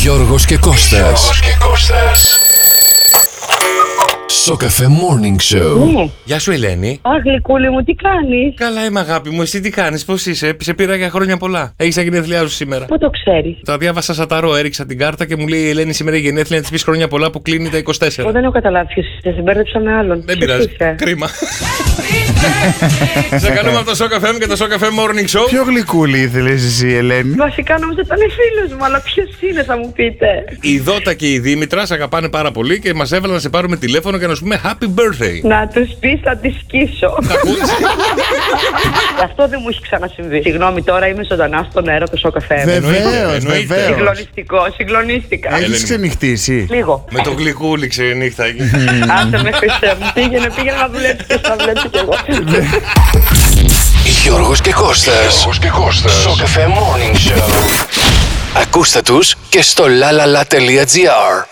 Γιώργος και Κώστας. Γιώργος και Κώστας. Σοκαφέ Morning Show. Ναι. Γεια σου, Ελένη. Α, γλυκούλη μου, τι κάνεις. Καλά είμαι αγάπη μου, εσύ τι κάνεις, πώς είσαι, σε πήρα για χρόνια πολλά. Έχεις τα γενέθλιά σου σήμερα. Πού το ξέρεις. Τα διάβασα σαταρό, έριξα την κάρτα και μου λέει η Ελένη σήμερα η γενέθλια να της πεις χρόνια πολλά που κλείνει τα 24. Εγώ δεν έχω καταλάβει ποιος είσαι. Σε μπέρδεψα με άλλον. Δεν Ποιος πειράζει. είσαι? Κρίμα. Σε καλούμε από το Shock FM και το Shock FM Morning Show. Ποιο γλυκούλι ήθελες εσύ, Ελένη. Βασικά νόμιζα ήταν φίλο μου, αλλά ποιος είναι, θα μου πείτε. Η Δότα και η Δήμητρα σε αγαπάνε πάρα πολύ και μας έβαλαν να σε πάρουμε τηλέφωνο και να σου πούμε Happy birthday. Να τους πεις, θα τη σκίσω. Τα ακούς? Αυτό δεν μου έχει ξανασυμβεί. Συγγνώμη, τώρα είμαι ζωντανά στο νερό του σοκαφέ. Εννοείται, Βεβαίως, εννοείται. βεβαίως. Συγκλονιστικό, συγκλονίστηκα. Ελένη Έχεις μου. ξενυχτήσει. Λίγο. Με το γλυκούλι ξενύχτα εκεί. Άσε με χρυσέ μου. Πήγαινε, πήγαινε να δουλέψεις και θα βλέπεις κι εγώ. Γιώργος και Κώστας. Γιώργος και Κώστας. Σοκαφέ Morning Show. Ακούστε τους και στο lalala.gr.